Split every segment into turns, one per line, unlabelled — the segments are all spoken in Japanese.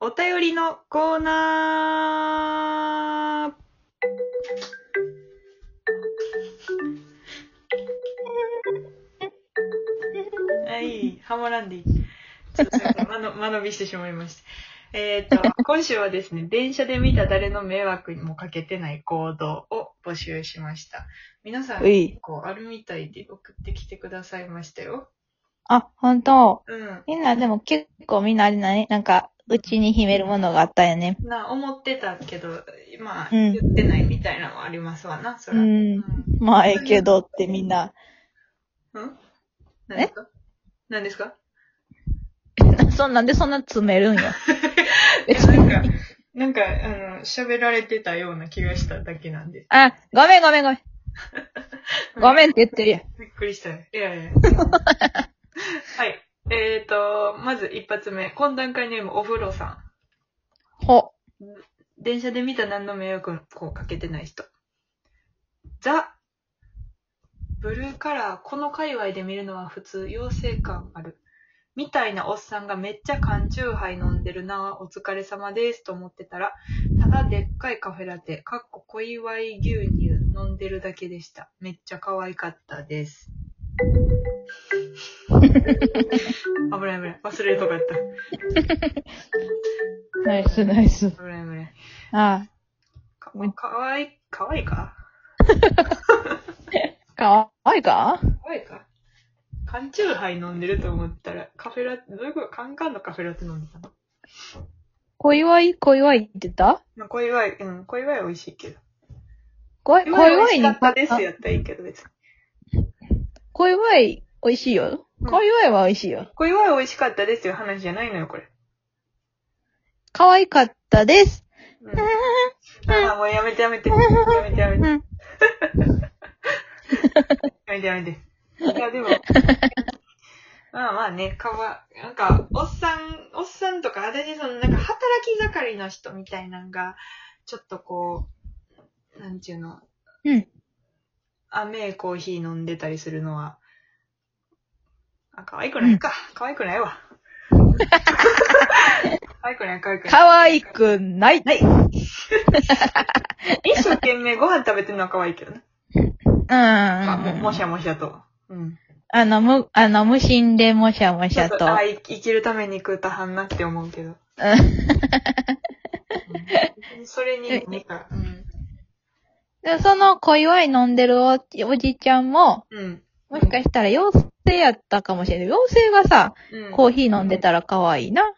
お便りのコーナーはい、ハモランディ。ちょっとすいません間の 間延びしてしまいました。えっ、と、今週はですね、電車で見た誰の迷惑にもかけてない行動を募集しました。皆さん、
うい
結構あるみたいで送ってきてくださいましたよ。
あ、ほんと。
うん。
みんなでも結構みんなあれだね。なんか、うちに秘めるものがあったよね。
な、思ってたけど、まあ、
うん
言ってないみたいなのはありますわな、そら。
うん
ん
まあ、ええけどってみ んな。
うん何ですか何ですか
そんなんでそんな詰 めるんよ。
いやなんか、なんか、あの、喋られてたような気がしただけなんで。
あ、ごめんごめんご めん。ごめんって言ってるやん。
びっくりしたね。いや いや。はい。えーと、まず一発目。懇談会ネームお風呂さ
ほ。
ん。電車で見た何の迷惑をかけてない人。ザ・ブルーカラー、この界隈で見るのは普通、妖精感ある。みたいなおっさんがめっちゃ缶チューハイ飲んでるな、お疲れ様ですと思ってたら、ただでっかいカフェラテ、かっこ小祝牛乳飲んでるだけでした。めっちゃ可愛かったです。危ない危ない。忘れるとかやった。
ナイスナイス。
危ない危ない。
あ
かかわいい、かわいいか
あ。かわいいか
かわいいか缶チューハイ飲んでると思ったら、カフェラテ、どういうことカンカンのカフェラテ飲んでたの
小祝い小祝いって言った
まあ、小祝い、うん、小祝い美味しいけど。
小小
小祝い美味し
祝いに
かったですやったらいいけど別に。
小祝い美味しいよ。
うん
小祝いは美味しいよ。
小祝い美味しかったですよ話じゃないのよ、これ。
可愛かったです。
うん。ああ、もうやめてやめて。やめてやめて。
うん。
やめてやめて。いや、で も。まあまあね、かわ、なんか、おっさん、おっさんとか、私、その、なんか、働き盛りの人みたいなんが、ちょっとこう、なんちゅうの、
うん。
甘えコーヒー飲んでたりするのは、あ、可愛くないか。可愛くない わ。可愛くない、可愛くない。
可愛くない。
はい。一生懸命ご飯食べてるのは可愛いけどね。
うん。
まあ、も、も
あ
しゃもしゃと。うん。
の、む、あの、無心でもしゃもしゃ
ちょ
と
っ。あ、い生きるために食うたはんなって思うけど。うん それに、なんか、うん。
でその小祝い飲んでるおおじちゃんも、
うん。
もしかしたら妖精やったかもしれない。妖精がさ、
うん。
コーヒー飲んでたら可愛いな。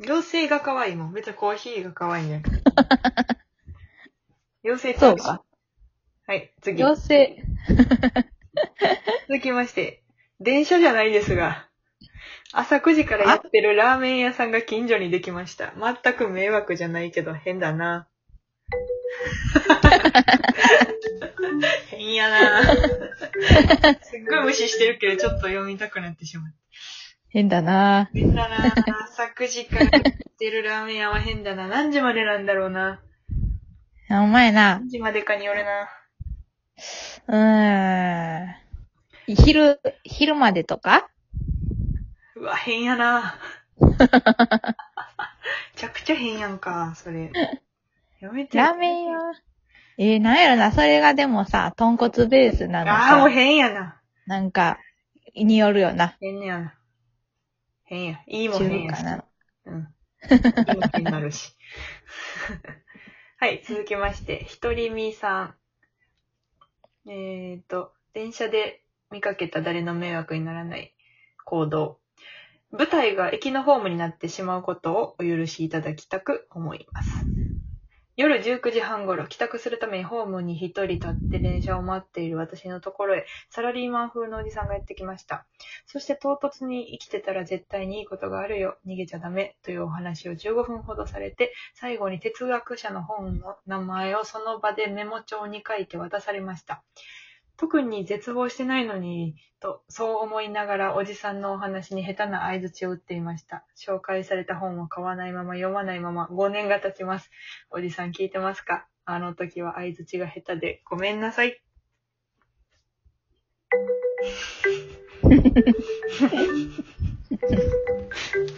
妖精が可愛いもん。別にコーヒーが可愛いん じゃなくて。妖精
そうか。
はい、次。
妖精。
続きまして、電車じゃないですが、朝9時からやってるラーメン屋さんが近所にできました。全く迷惑じゃないけど変だな。変やな。すっごい無視してるけど、ちょっと読みたくなってしまう。
変だな
変だな。朝9時からやってるラーメン屋は変だな。何時までなんだろうな。
お前な。
何時までかによるな。
うーん。昼、昼までとか
うわ、変やな。めちゃくちゃ変やんか、それ。やめて。
ラーメン屋。えー、なんやろな。それがでもさ、豚骨ベースなの
ああ、もう
さ。
変やな。
なんか、によるよな。
変やな。変や。いいも
中
変や
華
し。
な。
うん。いいも変になるし。 はい、続きまして、ひとりみさん。えーと、電車で見かけた誰の迷惑にならない行動。舞台が駅のホームになってしまうことをお許しいただきたく思います。夜19時半頃、帰宅するためにホームに一人立って電車を待っている私のところへ、サラリーマン風のおじさんがやってきました。そして唐突に生きてたら絶対にいいことがあるよ、逃げちゃダメというお話を15分ほどされて、最後に哲学者の本の名前をその場でメモ帳に書いて渡されました。特に絶望してないのに、と、そう思いながらおじさんのお話に下手な合図を打っていました。紹介された本を買わないまま読まないまま5年が経ちます。おじさん聞いてますかあの時は合図が下手でごめんなさい。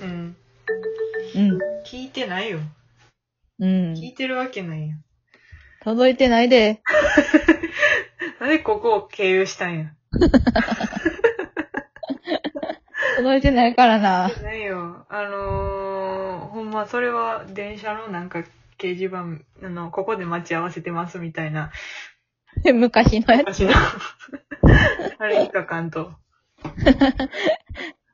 うん。
うん。
聞いてないないよ。
うん。
聞いてるわけないやん。
届いてないで。
なんでここを経由したんや。
届いてないからな。
ないよ。あのー、ほんま、それは電車のなんか掲示板、あの、ここで待ち合わせてますみたいな、
昔のやつ。
私の、 あれいいかかんと。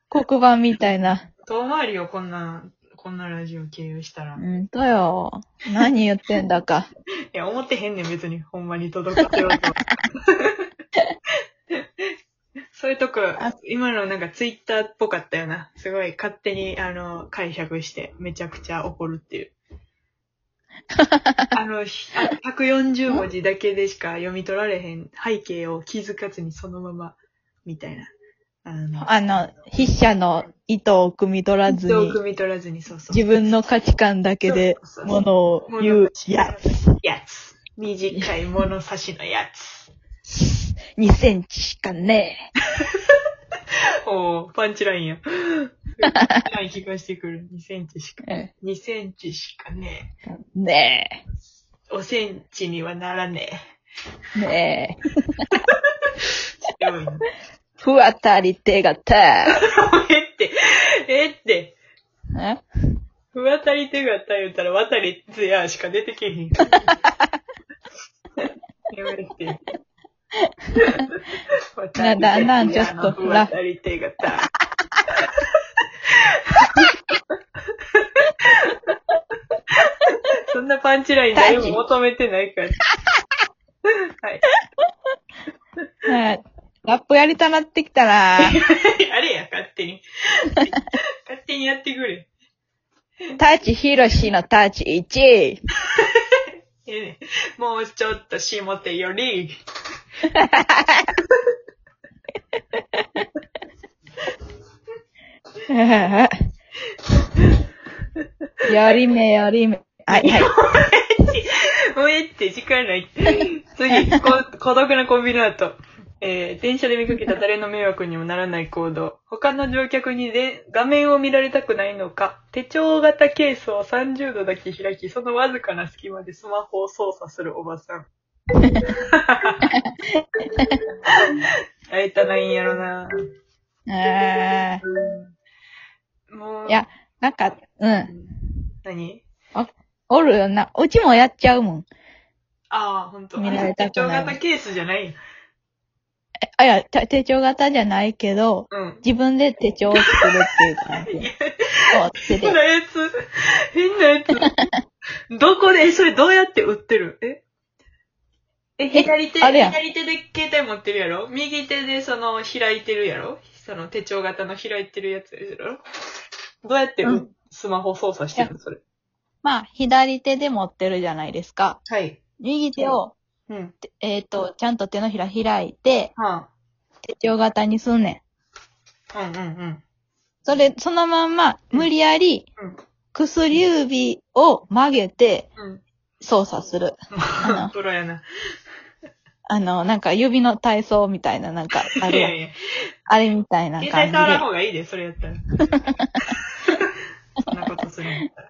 黒板みたいな。
遠回りをこんな、こんなラジオ経由したら。
う
い
んとよ。何言ってんだか。
や、思ってへんねん、別に。ほんまに届かせようと は。そういうとこ
あ、
今のなんかツイッターっぽかったよな。すごい勝手に、あの、解釈して、めちゃくちゃ怒るって いう。あの、ひあ140文字だけでしか読み取られへん背景を気づかずにそのまま、みたいな。あの、
あの、筆者の意図を汲み取らず
よ
に
く、見取らずに、そうそう。
自分の価値観だけで
そうそうそう
物を言うやつ。
やつ。短い物差しのやつ。
2センチしかね
おー、パンチラインや。パンチライン聞かしてくる。2センチしか。
え。
2センチしかね
ね
え。5センチにはならね
え。ね
え。
え。
強いな。
ふわたり手がた。
えって、えって、
え
不渡り手形言ったら渡りつやしか出てけへん。言われて。
なだなちょっと
不渡り手形。 そんなパンチライン誰も求めてないから。はい。
はいラップやりたなってきたら、
あれや、勝手に。勝手にやってくれ。
ターチヒロシのターチ1。
ええねもうちょっと下手より。
よりめよりめ。はい、はい。
もうええって、時間ないって。次、 こ孤独なコンビナート。えー、電車で見かけた誰の迷惑にもならない行動。他の乗客にで画面を見られたくないのか、手帳型ケースを30度だけ開き、そのわずかな隙間でスマホを操作するおばさん。会えたないんやろな
あ
もう、
ーいや、なんか、うん。
何
おるよな。うちもやっちゃうもん。
ああ、ほんと。
見られたくない
手帳型ケースじゃないよ。
えあ、いや、た手帳型じゃないけど、
うん。
自分で手帳を作るっていう 感じ。そう、手
変
で。
なやつ。変なやつ。どこで、えそれどうやって売ってるええ、左手、
あれや
左手で携帯持ってるやろ右手でその開いてるやろその手帳型の開いてるやつやろどうやってう
うん
スマホ操作してるのそれ。
まあ、左手で持ってるじゃないですか。
はい。
右手を、
うん。
えっ、と、ちゃんと手のひら開いて、
は
手帳型にすんねん。
あ、うんうん
それ、そのまんま、無理やり、
うん
薬指を曲げて
うん。うん。
操作する。の
プロやな。
あの、なんか指の体操みたいな、なんか、あ
い
れ
や
や、
いや。
あれみたいな
携
感
帯
じ
触らん
で。
方がいいで、それや ったら。そんなことするんだったら。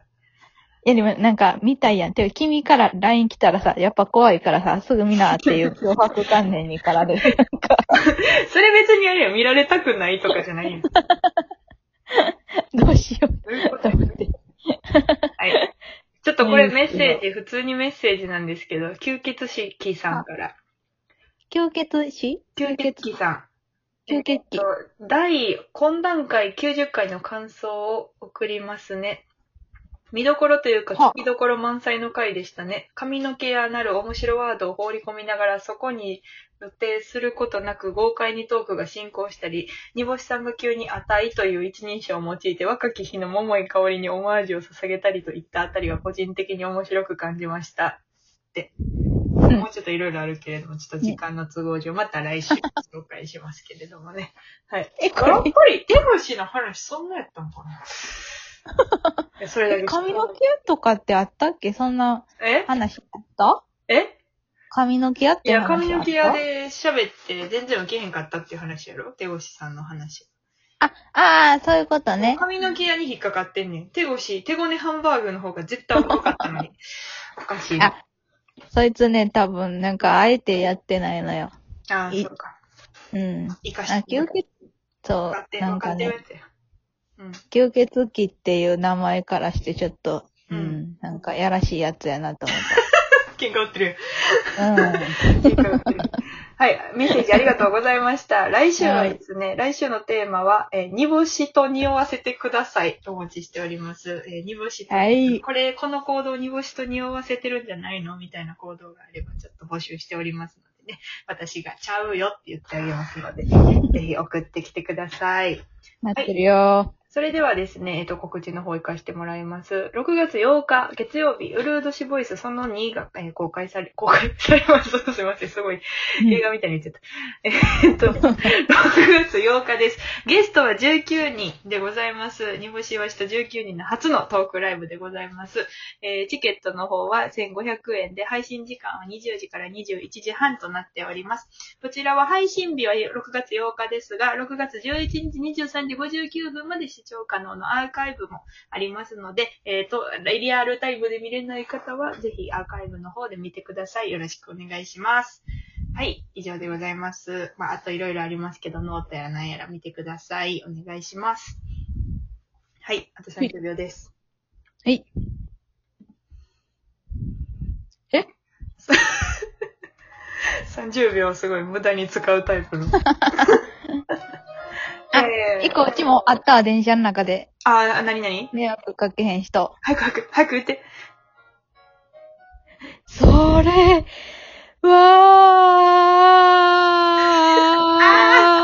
いや、でもなんか、見たいやん。てか君から LINE 来たらさ、やっぱ怖いからさ、すぐ見なっていう脅迫観念にかられる。
それ別にあれや、見られたくないとかじゃないよ。
どうしよ
どういうこ
う
と
と思って。
はい。ちょっとこれ
ね
メッセージ、普通にメッセージなんですけど、吸血鬼さんから。
吸血死
吸血鬼さん。
吸血
えっ
鬼。
と第、懇談会90回の感想を送りますね。見どころというか、
はあ
聞きどころ満載の回でしたね。髪の毛やなる面白ワードを放り込みながら、そこに予定することなく豪快にトークが進行したり、煮干しさんが急に値という一人称を用いて若き日の桃井香りにオマージュを捧げたりといったあたりは個人的に面白く感じました。って。
ん
もうちょっといろいろあるけれども、ちょっと時間の都合上、また来週紹介しますけれどもね。はい。
え、
やっ
これ、
ぱり、手虫の話、そんなやったんかな いやそれだけ。
髪の毛とかってあったっけそんな
え
話あった
え
髪の毛やっ
い
て
や、
話あった
髪の毛屋で喋って、全然受けへんかったっていう話やろ手越さんの話。
あ、ああ、そういうことね。
髪の毛屋に引っかかってんねん。手越し、手ごねハンバーグの方が絶対重かった のに。おかしいな。
そいつね、多分、なんか、あえてやってないのよ。
ああ、
い
そうか。
うん。
生かし
あ、吸血、そ
分かって
う、
る、
な
分
ん
か
か
ってる
ね、
やつや。うん。
吸血鬼っていう名前からして、ちょっと、
う
う、
ん
なんか、やらしいやつやなと思っ
喧嘩売ってる。
た。うん。
喧嘩売ってる。 はい、メッセージありがとうございました。来週はですね、来週のテーマは、えー煮干しと匂わせてください。お持ちしております。えー煮干しと、
はい
これ、この行動煮干しと匂わせてるんじゃないのみたいな行動があれば、ちょっと募集しておりますのでね、私がちゃうよって言ってあげますので、 ぜひ送ってきてください。
待ってるよ
それではですね、えっと、告知の方行かしてもらいます。6月8日、月曜日、ウルードシボイスその2が、えー公開され、公開されます。 すいません、すごい。映画みたいに 言っちゃった。えーっと、6月8日です。ゲストは19人でございます。煮干しわしと19人の初のトークライブでございます。えーチケットの方は1500円で、配信時間は20時から21時半となっております。こちらは配信日は6月8日ですが、6月11日23時59分まで視聴可能のアーカイブもありますので、えっ、と、リアルタイムで見れない方は、ぜひアーカイブの方で見てください。よろしくお願いします。はい、以上でございます。まあ、あといろいろありますけど、ノートやなんやら見てください。お願いします。はい、あと30秒です。
はい。 え
?30 秒すごい無駄に使うタイプ の。えー
一個、うちもあったわ、電車の中で。
あー、なになに
迷惑かけへん人。
早く早く、早く言って。
それ、わー